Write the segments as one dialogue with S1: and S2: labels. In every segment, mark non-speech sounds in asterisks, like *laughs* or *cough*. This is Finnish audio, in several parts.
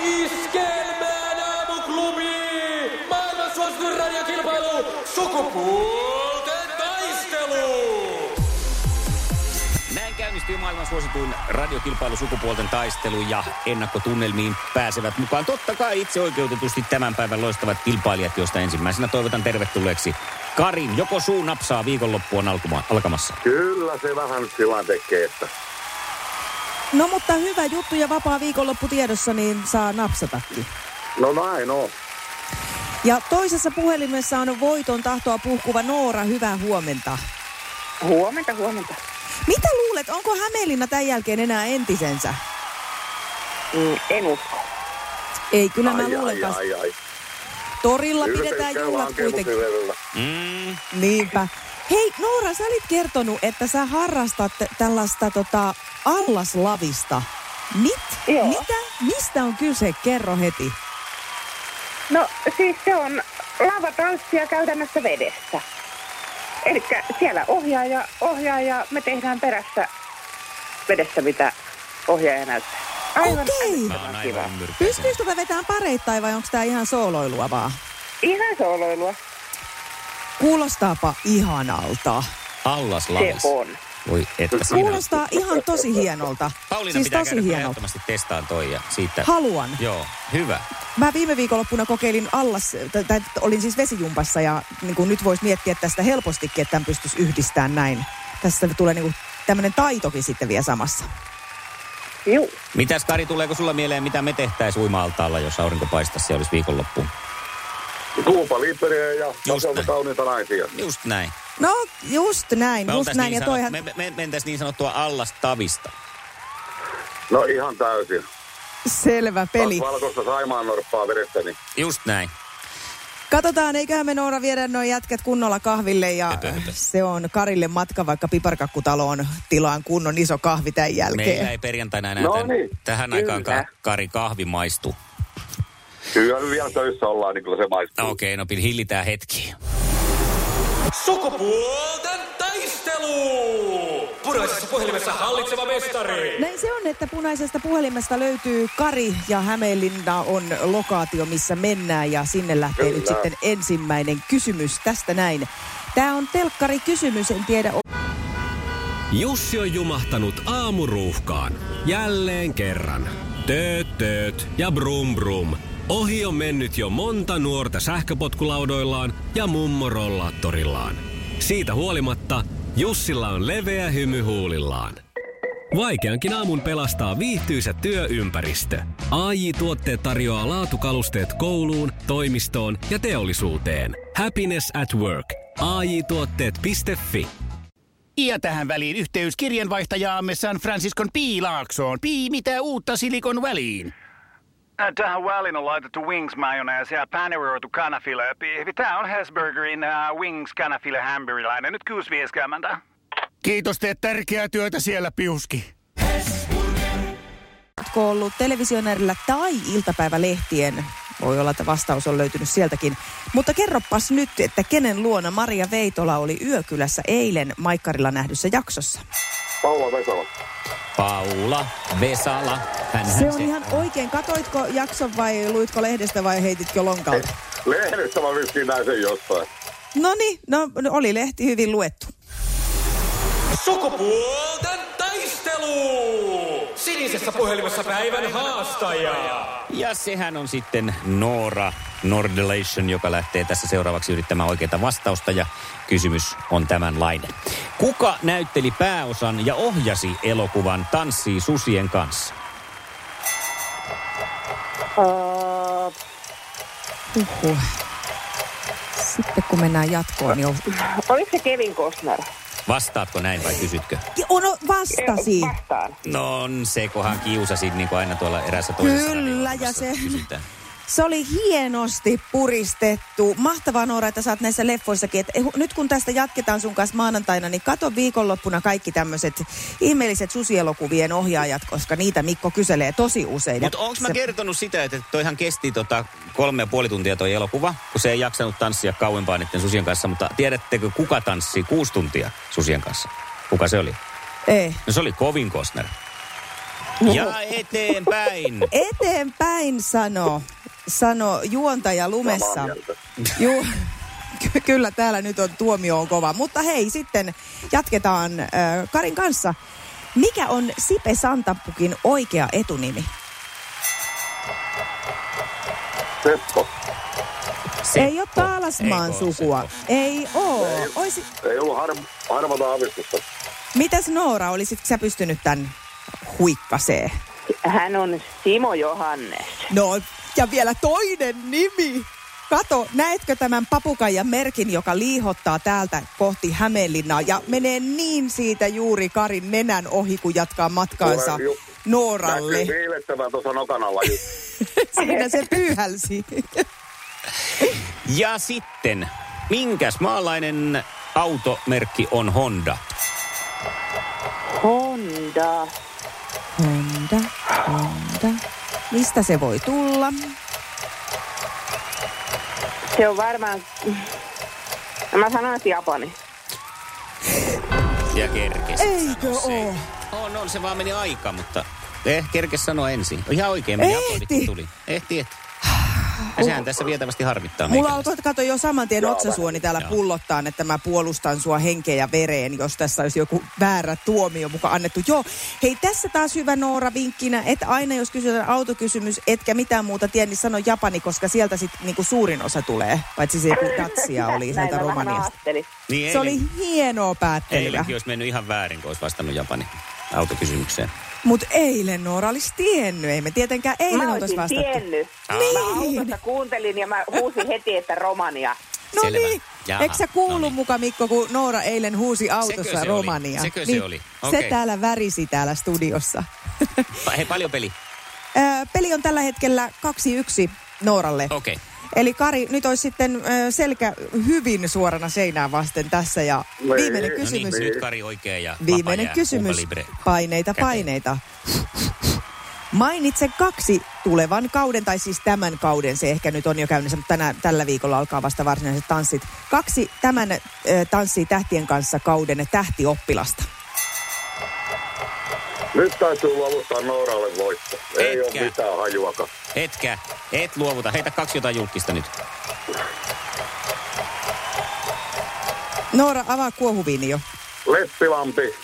S1: Iskelmään aamuklubi! Maailman suosituin radiokilpailu! Sukupuolten taistelu!
S2: Näin käynnistyy maailman suosituin radiokilpailu sukupuolten taistelu ja ennakkotunnelmiin pääsevät mukaan. Totta kai itse oikeutetusti tämän päivän loistavat kilpailijat, joista ensimmäisenä toivotan tervetulleeksi Karin. Joko suu napsaa viikonloppuun alkuma- alkamassa?
S3: Kyllä se vähän sillä tekee, että
S4: No mutta hyvä juttu ja vapaa viikonloppu tiedossa, niin saa napsatakin.
S3: no näin on.
S4: Ja toisessa puhelimessa on voiton tahtoa puhkuva Noora, hyvää huomenta.
S5: Huomenta, huomenta.
S4: Mitä luulet, onko Hämeenlinna tämän jälkeen enää entisensä?
S5: Mm, en usko.
S4: Ei, kyllä
S3: ai,
S4: mä luulen
S3: ai,
S4: kanssa.
S3: ai, ai.
S4: Torilla
S3: Ylpeys
S4: pidetään
S3: käy
S4: juhlat
S3: lankeilun
S4: kuitenkin.
S3: tyverellä.
S2: Mm.
S4: Niinpä. Hei Noora, sä olit kertonut, että sä harrastat tällaista tota, allaslavista. Mit?
S5: Joo.
S4: Mitä? Mistä on kyse? Kerro heti.
S5: No siis se on lavatanssia käytännössä vedessä. Eli siellä ohjaaja ohjaa ja me tehdään perässä vedessä, mitä ohjaaja näyttää. Aivan
S4: Okei.
S5: älyttömän
S2: Mä oon
S5: kivaa.
S2: aivan myrkäisen.
S4: Pystyykö tätä vetämään pareittain vai onko tämä ihan sooloilua vaan?
S5: Ihan sooloilua.
S4: Kuulostaapa ihanalta.
S2: Allas
S5: Se
S2: lavis.
S5: on.
S2: Voi että siinä.
S4: Kuulostaa ihan tosi hienolta.
S2: Pauliina
S4: siis
S2: pitää
S4: tosi
S2: käydä
S4: hienolta.
S2: ehdottomasti testaan toi ja siitä.
S4: Haluan.
S2: Joo, hyvä.
S4: Mä viime viikonloppuna kokeilin allas, tai, tai olin siis vesijumpassa ja niin kuin nyt voisi miettiä tästä helpostikin, että tämän pystyisi yhdistämään näin. Tässä tulee niin kuin tämmöinen taitokin sitten vielä samassa.
S5: Juu.
S2: Mitäs Kari, tuleeko sulla mieleen, mitä me tehtäis uima-altaalla, jos aurinko paistaisi ja olisi viikonloppu?
S3: Tuupa liiperiä ja tasolta
S2: näin.
S3: kauniita naisia.
S2: Just näin.
S4: No just näin,
S2: Me,
S4: just
S2: oltais
S4: näin.
S2: niin
S4: ja
S2: sanot-
S4: toihan,
S2: me, me, me mentäis niin sanottua allas tavista.
S3: No ihan täysin.
S4: Selvä peli.
S3: Taas valkoista saimaan norppaa vedestä, niin
S2: Just näin.
S4: Katsotaan, eiköhän me Noora viedä noin jätkät kunnolla kahville ja
S2: Höpö, höpö.
S4: se on Karille matka vaikka piparkakkutaloon tilaan kunnon iso kahvi tämän
S2: Meillä
S4: jälkeen.
S2: ei perjantaina enää
S3: No
S2: tämän,
S3: niin,
S2: tähän
S5: kyllä.
S2: aikaan ka- Kari kahvi maistu.
S3: kyllä vielä töissä ollaan, niin kyllä se maistuu.
S2: No okei, no pil- hillitään hetki.
S1: Sukupuolten taistelu! Punaisessa puhelimessa hallitseva mestari!
S4: Näin se on, että punaisesta puhelimesta löytyy Kari ja Hämeenlinna on lokaatio, missä mennään ja sinne lähtee Kyllä. nyt
S3: Kyllä.
S4: sitten ensimmäinen kysymys tästä näin. Tämä on telkkari kysymys, en tiedä
S6: Jussi on jumahtanut aamuruuhkaan. Jälleen kerran. Tööt, tööt ja brum brum. Ohi on mennyt jo monta nuorta sähköpotkulaudoillaan ja mummorollaattorillaan. Siitä huolimatta Jussilla on leveä hymy huulillaan. Vaikeankin aamun pelastaa viihtyisä työympäristö. AJ Tuotteet tarjoaa laatukalusteet kouluun, toimistoon ja teollisuuteen. Happiness at work. AJ Tuotteet.fi
S7: Ja tähän väliin yhteys kirjanvaihtajaamme San Franciscon P. Laaksoon. P. Mitä uutta Silikon väliin?
S8: Ä, Äh, Tähän väliin on laitettu wings mayonnaise ja paneroitu kanafila. Tämä on Hesburgerin äh, wings kanafila hamburilainen. Nyt 6,50.
S7: Kiitos, teet tärkeää työtä siellä, Piuski.
S4: Oletko ollut televisionäärillä tai iltapäivälehtien? Voi olla, että vastaus on löytynyt sieltäkin. Mutta kerropas nyt, että kenen luona Maria Veitola oli yökylässä eilen Maikkarilla nähdyssä jaksossa.
S3: Paula Vesola.
S2: Paula Vesala. Hänhän
S4: Se on ihan oikein. Katoitko jakson vai luitko lehdestä vai heitit jo lonkalta?
S3: Lehdestä mä vissiin näin sen jostain.
S4: Noniin, no no oli lehti hyvin luettu.
S1: Sukupuolten taistelu! Sinisessä puhelimessa päivän haastaja!
S2: Ja sehän on sitten Noora Nordelation, joka lähtee tässä seuraavaksi yrittämään oikeita vastausta. Ja kysymys on tämänlainen. Kuka näytteli pääosan ja ohjasi elokuvan Tanssii susien kanssa?
S5: Äh, Uh,
S4: Uhuh. Sitten kun mennään jatkoon, niin on...
S5: oliko se Kevin Costner?
S2: Vastaatko näin vai kysytkö?
S4: Ono
S5: Eh,
S4: no, vastasi.
S5: Vastaan.
S2: No sekohan kiusasin niin kuin aina tuolla erässä toisessa
S4: Kyllä,
S2: radioohjelmassa
S4: ja se-
S2: kysytään.
S4: Se oli hienosti puristettu. Mahtavaa Noora, että sä oot näissä leffoissakin. Et eh, nyt kun tästä jatketaan sun kanssa maanantaina, niin kato viikonloppuna kaikki tämmöiset ihmeelliset susielokuvien ohjaajat, koska niitä Mikko kyselee tosi usein.
S2: Mutta onko mä
S4: Se-
S2: kertonut sitä, että toihan kesti tota kolme ja puoli tuntia toi elokuva, kun se ei jaksanut tanssia kauempaa niiden susien kanssa, mutta tiedättekö kuka tanssii kuusi tuntia susien kanssa? Kuka se oli?
S4: Ei.
S2: No se oli Kovin Kostner. Ja eteenpäin.
S4: Eteenpäin sano, sano juontaja lumessa.
S3: Samaa mieltä.
S4: Ju, ky- kyllä täällä nyt on tuomio on kova. Mutta hei, sitten jatketaan äh, Karin kanssa. Mikä on Sipe Santapukin oikea etunimi?
S3: Seppo.
S2: Seppo.
S4: Ei ole Taalasmaan
S2: Ei oo
S4: sukua.
S2: Seppo.
S4: Ei oo. Oisi...
S3: Ei ollut har, harvata avistusta.
S4: Mitäs Noora, olisit sä pystynyt tän huikkaseen?
S5: Hän on Simo Johannes.
S4: No, ja vielä toinen nimi. Kato, näetkö tämän papukaijan merkin, joka liihottaa täältä kohti Hämeenlinnaa ja menee niin siitä juuri Karin nenän ohi, kun jatkaa matkaansa
S3: Tulee ju-
S4: Nooralle.
S3: Näkyy viilettävää tuossa niin nokanalla.
S4: Siinä se pyyhälsi.
S2: Ja sitten, minkäs maalainen automerkki on Honda?
S5: Honda.
S4: Honda, Honda. Mistä se voi tulla?
S5: Se on varmaan... Mä sanoin, että Japani.
S2: Ja kerkes.
S4: Eikö
S2: sanoa se.
S4: oo?
S2: On, on, se vaan meni aika, mutta eh, kerkes sanoa ensin. Ihan oikein, meni
S4: Ehti.
S2: Japanikki tuli. Ehti, ehti. Ja sehän tässä vietävästi harmittaa
S4: Mulla
S2: meikäläistä.
S4: alkoi kato jo saman tien otsasuoni täällä
S2: Joo.
S4: pullottaa, että mä puolustan sua henkeä ja vereen, jos tässä olisi joku väärä tuomio muka annettu. Joo, hei tässä taas hyvä Noora vinkkinä, että aina jos kysytään autokysymys, etkä mitään muuta tiedä, niin sano Japani, koska sieltä sitten niinku suurin osa tulee, paitsi se joku
S5: *laughs*
S4: tatsia oli sieltä
S5: Näin mä vähän
S4: Romaniasta.
S5: ajattelin.
S2: Niin
S4: Se
S2: eilen-
S4: oli hienoa päättelyä.
S2: Eilenkin olisi mennyt ihan väärin, kun olisi vastannut Japani autokysymykseen.
S4: Mutta eilen Noora olisi tiennyt, ei me tietenkään eilen
S5: Mä
S4: oltaisi
S5: olisin
S4: vastattu.
S5: tiennyt.
S4: Niin.
S5: Mä autossa kuuntelin ja mä huusin heti, että Romania.
S4: No
S2: Selvä.
S4: niin,
S2: Jaha,
S4: eikö sä
S2: no
S4: kuullut
S2: niin.
S4: muka Mikko, kun Noora eilen huusi autossa
S2: Sekö se oli?
S4: Romania? Niin
S2: Sekö se oli?
S4: Se
S2: Okei.
S4: täällä värisi täällä studiossa. *laughs*
S2: Pa- Hei, paljon peli.
S4: Ö, Peli on tällä hetkellä 2-1 Nooralle.
S2: Okei. No
S4: Eli Kari, nyt olisi sitten ö, selkä hyvin suorana seinään vasten tässä ja
S3: No ei,
S4: viimeinen
S3: no
S2: No niin,
S4: kysymys.
S2: nyt Kari oikea ja
S4: Viimeinen
S2: vapaa jää,
S4: kysymys.
S2: Kuuba Libre.
S4: Paineita,
S2: käteen.
S4: paineita. Mainitse kaksi tulevan kauden, tai siis tämän kauden, se ehkä nyt on jo käynnissä, mutta tänä, tällä viikolla alkaa vasta varsinaiset tanssit. Kaksi tämän äh, Tanssii tähtien kanssa kauden tähtioppilasta.
S3: Nyt täytyy luovuttaa Nooralle voitto. Ei
S2: Etkä.
S3: ole mitään hajuakaan.
S2: Etkä, et luovuta. Heitä kaksi jotain julkista nyt.
S4: Noora, avaa kuohuviini jo.
S3: Leppilampi.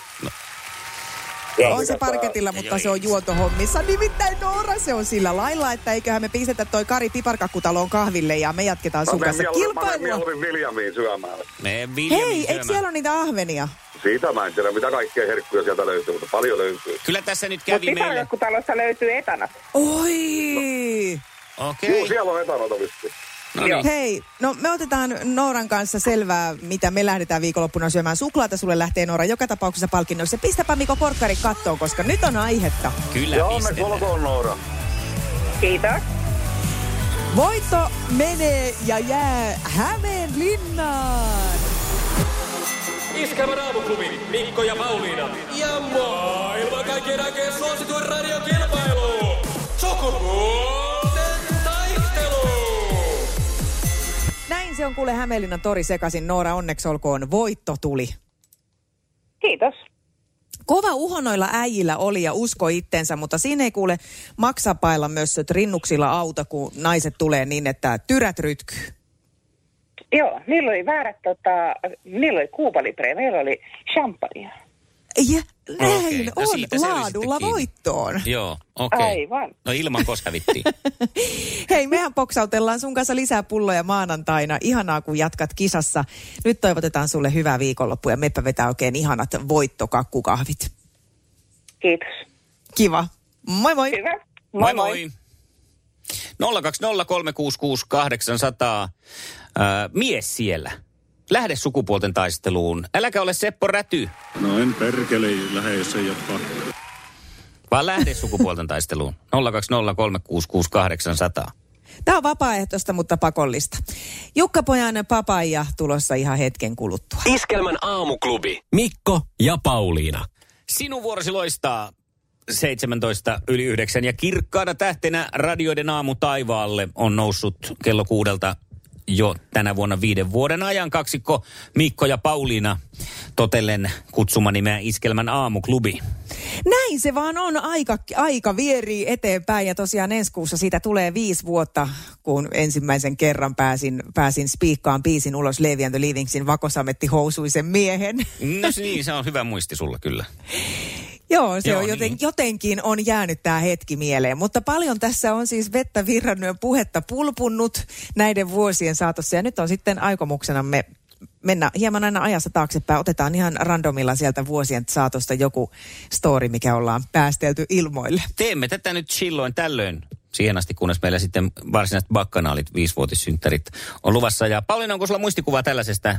S4: Ja on se parketilla, mutta se on juontohommissa. Nimittäin Noora, se on sillä lailla, että eiköhän me pistetä toi Kari Piparkakkutaloon kahville ja me jatketaan sun kanssa kilpailua.
S3: Mieluummin Viljamiin syömään.
S2: Me Viljami
S4: Hei, eikö siellä ole niitä ahvenia?
S3: Siitä mä en tiedä, mitä kaikkea herkkuja sieltä löytyy, mutta paljon löytyy.
S2: Kyllä tässä nyt
S5: Mutta
S2: kävi meille.
S5: talossa löytyy etanat.
S4: Oi!
S2: Okei.
S3: Juu, siellä on etanota vissiin.
S2: No niin.
S4: Hei, no me otetaan Nooran kanssa selvää, mitä me lähdetään viikonloppuna syömään. Suklaata sulle lähtee Noora joka tapauksessa palkinnoksi. Ja Pistäpä Miko Porkkari kattoon, koska nyt on aihetta.
S2: Kyllä
S3: Ja onneksi
S2: pistetään.
S3: olkoon Noora.
S5: Kiitos.
S4: Voitto menee ja jää Hämeenlinnaan!
S1: Iskelmän aamuklubi, Mikko ja Pauliina. Ja maailman kaikkien aikeen suosituen radiokilpailu. Sukupuolten taistelu.
S4: Näin se on kuule Hämeenlinnan tori sekaisin. Noora, onneksi olkoon. Voitto tuli.
S5: Kiitos.
S4: Kova uhonoilla äijillä oli ja usko itteensä, mutta siinä ei kuule maksapailla myös rinnuksilla auta, kun naiset tulee niin, että tyrät rytkyy.
S5: Joo, niillä oli väärät, tota, niillä oli kuupalipreja, meillä oli champagnea.
S4: Ja näin
S2: Okei,
S4: okay.
S2: no
S4: on,
S2: siitä se oli
S4: laadulla
S2: sitten kiinni. Niin.
S4: voittoon.
S2: Joo, okei.
S5: Aivan.
S2: No ilman koskavittiin.
S4: Hei, mehän poksautellaan sun kanssa lisää pulloja maanantaina. Ihanaa, kun jatkat kisassa. Nyt toivotetaan sulle hyvää viikonloppua ja meppä vetää oikein ihanat voittokakkukahvit.
S5: Kiitos.
S4: Kiva. Moi moi.
S5: Hyvä.
S2: Moi moi. 020366800. Äh, mies siellä. Lähde sukupuolten taisteluun. Äläkä ole Seppo Räty,
S9: No en perkele lähde, jos ei ole pakko.
S2: *laughs* vaan lähde sukupuolten taisteluun. 020366800.
S4: Tämä on vapaaehtoista, mutta pakollista. Jukka Pojan papaija tulossa ihan hetken kuluttua.
S6: Iskelmän aamuklubi. Mikko ja Pauliina.
S2: Sinun vuorosi loistaa 17 yli 9 ja kirkkaana tähtenä radioiden aamu taivaalle on noussut kello kuudelta jo tänä vuonna viiden vuoden ajan kaksikko Mikko ja Pauliina totellen kutsumanimeä Iskelmän aamuklubi.
S4: Näin se vaan on. Aika, aika vierii eteenpäin ja tosiaan ensi kuussa siitä tulee viisi vuotta, kun ensimmäisen kerran pääsin, pääsin spiikkaan biisin ulos Levi and the Livingsin vakosametti housuisen miehen. *laughs*
S2: No se niin, se on hyvä muisti sulla kyllä.
S4: Joo, se
S2: Joo,
S4: Joo, on joten,
S2: niin.
S4: niin. jotenkin on jäänyt tämä hetki mieleen, mutta paljon tässä on siis vettä virrannut ja puhetta pulpunnut näiden vuosien saatossa ja nyt on sitten aikomuksenamme mennä hieman aina ajassa taaksepäin. Otetaan ihan randomilla sieltä vuosien saatosta joku story, mikä ollaan päästelty ilmoille.
S2: Teemme tätä nyt silloin tällöin siihen asti, kunnes meillä sitten varsinaiset bakkanaalit, viisivuotissynttärit on luvassa. Ja Pauliina, onko sulla muistikuva tällaisesta?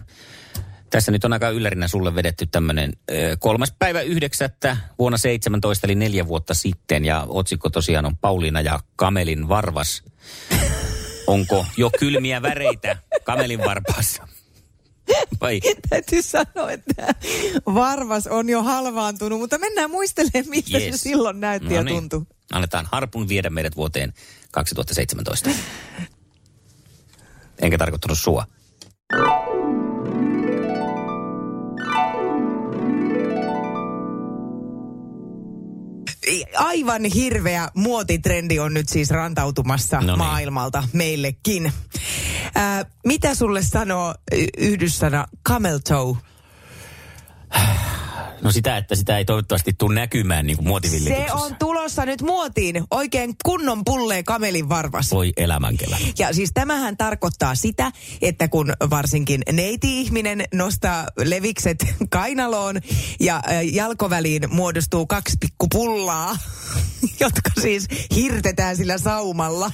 S2: Tässä nyt on aika yllärinä sulle vedetty tämmöinen kolmas päivä yhdeksättä vuonna 17, eli neljä vuotta sitten. Ja otsikko tosiaan on Pauliina ja Kamelin varvas. Onko jo kylmiä väreitä Kamelin varpaassa? Vai
S4: Niin Täytyy sanoa, että varvas on jo halvaantunut, mutta mennään muistelemaan, miltä yes. se
S2: Yes.
S4: silloin näytti
S2: No
S4: ja
S2: niin.
S4: tuntui.
S2: Annetaan harpun viedä meidät vuoteen 2017. Enkä tarkoittanut sua.
S4: aivan hirveä muotitrendi on nyt siis rantautumassa
S2: No niin.
S4: Noniin. maailmalta meillekin. Ää, mitä sulle sanoo y- yhdyssana camel toe?
S2: No sitä, että sitä ei toivottavasti tule näkymään niin kuin
S4: Se on tulossa nyt muotiin. Oikein kunnon pulleen kamelin varvas.
S2: Voi elämänkellä.
S4: Ja siis tämähän tarkoittaa sitä, että kun varsinkin neiti-ihminen nostaa levikset *laughs* kainaloon ja äh, jalkoväliin muodostuu kaksi pikkupullaa, *laughs* jotka siis hirtetään sillä saumalla.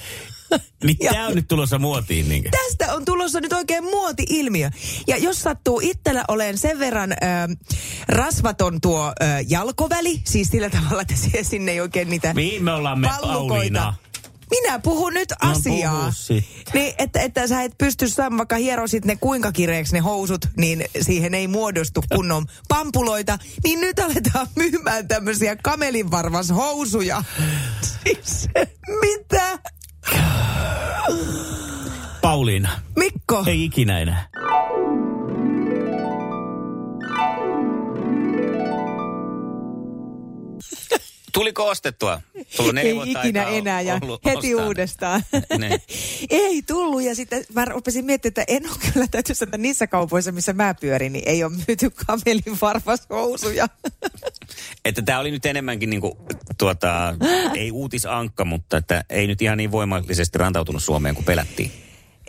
S4: *laughs*
S2: Niin
S4: Ja-
S2: tää on nyt tulossa muotiin niin- niinkö?
S4: Tästä on tulossa nyt oikein muoti-ilmiö. Ja jos sattuu itsellä olen sen verran ö, rasvaton tuo ö, jalkoväli, siis sillä tavalla, että *laughs* se- sinne ei oikein niitä
S2: Mihin me ollaan me, Pauliina?
S4: Minä puhun nyt
S2: No,
S4: asiaa.
S2: puhu sitten.
S4: niin, että, että sä et pysty saamaan, vaikka hierosit ne kuinka kireeksi ne housut, niin siihen ei muodostu kunnon pampuloita. Niin nyt aletaan myymään tämmöisiä kamelinvarvashousuja. Siis, mitä?
S2: Pauliina,
S4: Mikko?
S2: ei ikinä enää. Tuliko ostettua? Sulla on neljä
S4: ei
S2: vuotta
S4: ikinä
S2: aikaa
S4: enää ja
S2: ollut
S4: heti
S2: ostaa.
S4: uudestaan.
S2: Niin.
S4: *laughs* ei tullut ja sitten mä rupesin miettimään, että en ole kyllä täytyy sanoa, että niissä kaupoissa, missä mä pyörin, niin ei ole myyty kamelin *laughs* varvashousuja.
S2: Että tämä oli nyt enemmänkin niinku, tuota, ei uutisankka, mutta että ei nyt ihan niin voimallisesti rantautunut Suomeen kuin pelättiin.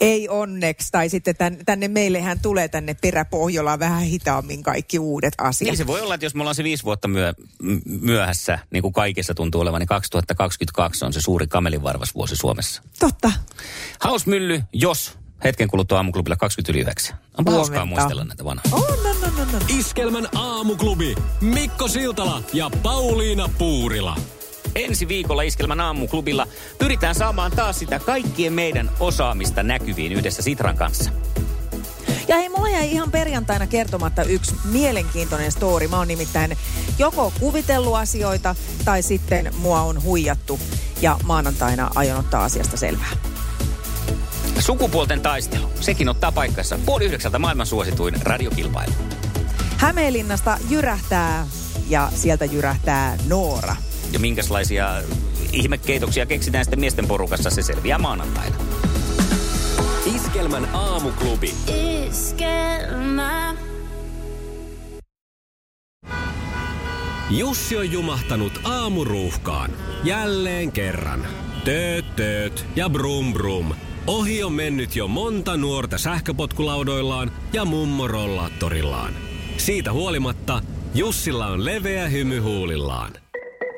S4: ei onneksi, tai sitten tän- tänne meillehän tulee tänne peräpohjolaan vähän hitaammin kaikki uudet asiat.
S2: Niin se voi olla, että jos me ollaan se viisi vuotta myö, m- myöhässä, niin kuin kaikessa tuntuu olevan, niin 2022 on se suuri kamelinvarvasvuosi Suomessa.
S4: Totta.
S2: Hausmylly, jos hetken kuluttua aamuklubilla 29. Onpa
S4: Huomenta.
S2: hauskaa muistella näitä vanhoja.
S4: Oh, no, no, no, no.
S6: Iskelmän aamuklubi. Mikko Siltala ja Pauliina Puurila.
S2: Ensi viikolla Iskelmän aamuklubilla pyritään saamaan taas sitä kaikkien meidän osaamista näkyviin yhdessä Sitran kanssa.
S4: Ja hei, mulla jäi ihan perjantaina kertomatta yksi mielenkiintoinen story. Mä oon nimittäin joko kuvitellut asioita tai sitten mua on huijattu ja maanantaina aion ottaa asiasta selvää.
S2: Sukupuolten taistelu, sekin ottaa paikkansa. Puoli yhdeksältä maailman suosituin radiokilpailu.
S4: Hämeenlinnasta jyrähtää ja sieltä jyrähtää Noora.
S2: Ja minkälaisia ihmekeitoksia keksitään sitten miesten porukassa, se selviää maanantaina.
S6: Iskelmän aamuklubi.
S10: Iskelmä.
S6: Jussi on jumahtanut aamuruuhkaan. Jälleen kerran. Tööt, tööt ja brum brum. Ohi on mennyt jo monta nuorta sähköpotkulaudoillaan ja mummorollaattorillaan. Siitä huolimatta Jussilla on leveä hymy huulillaan.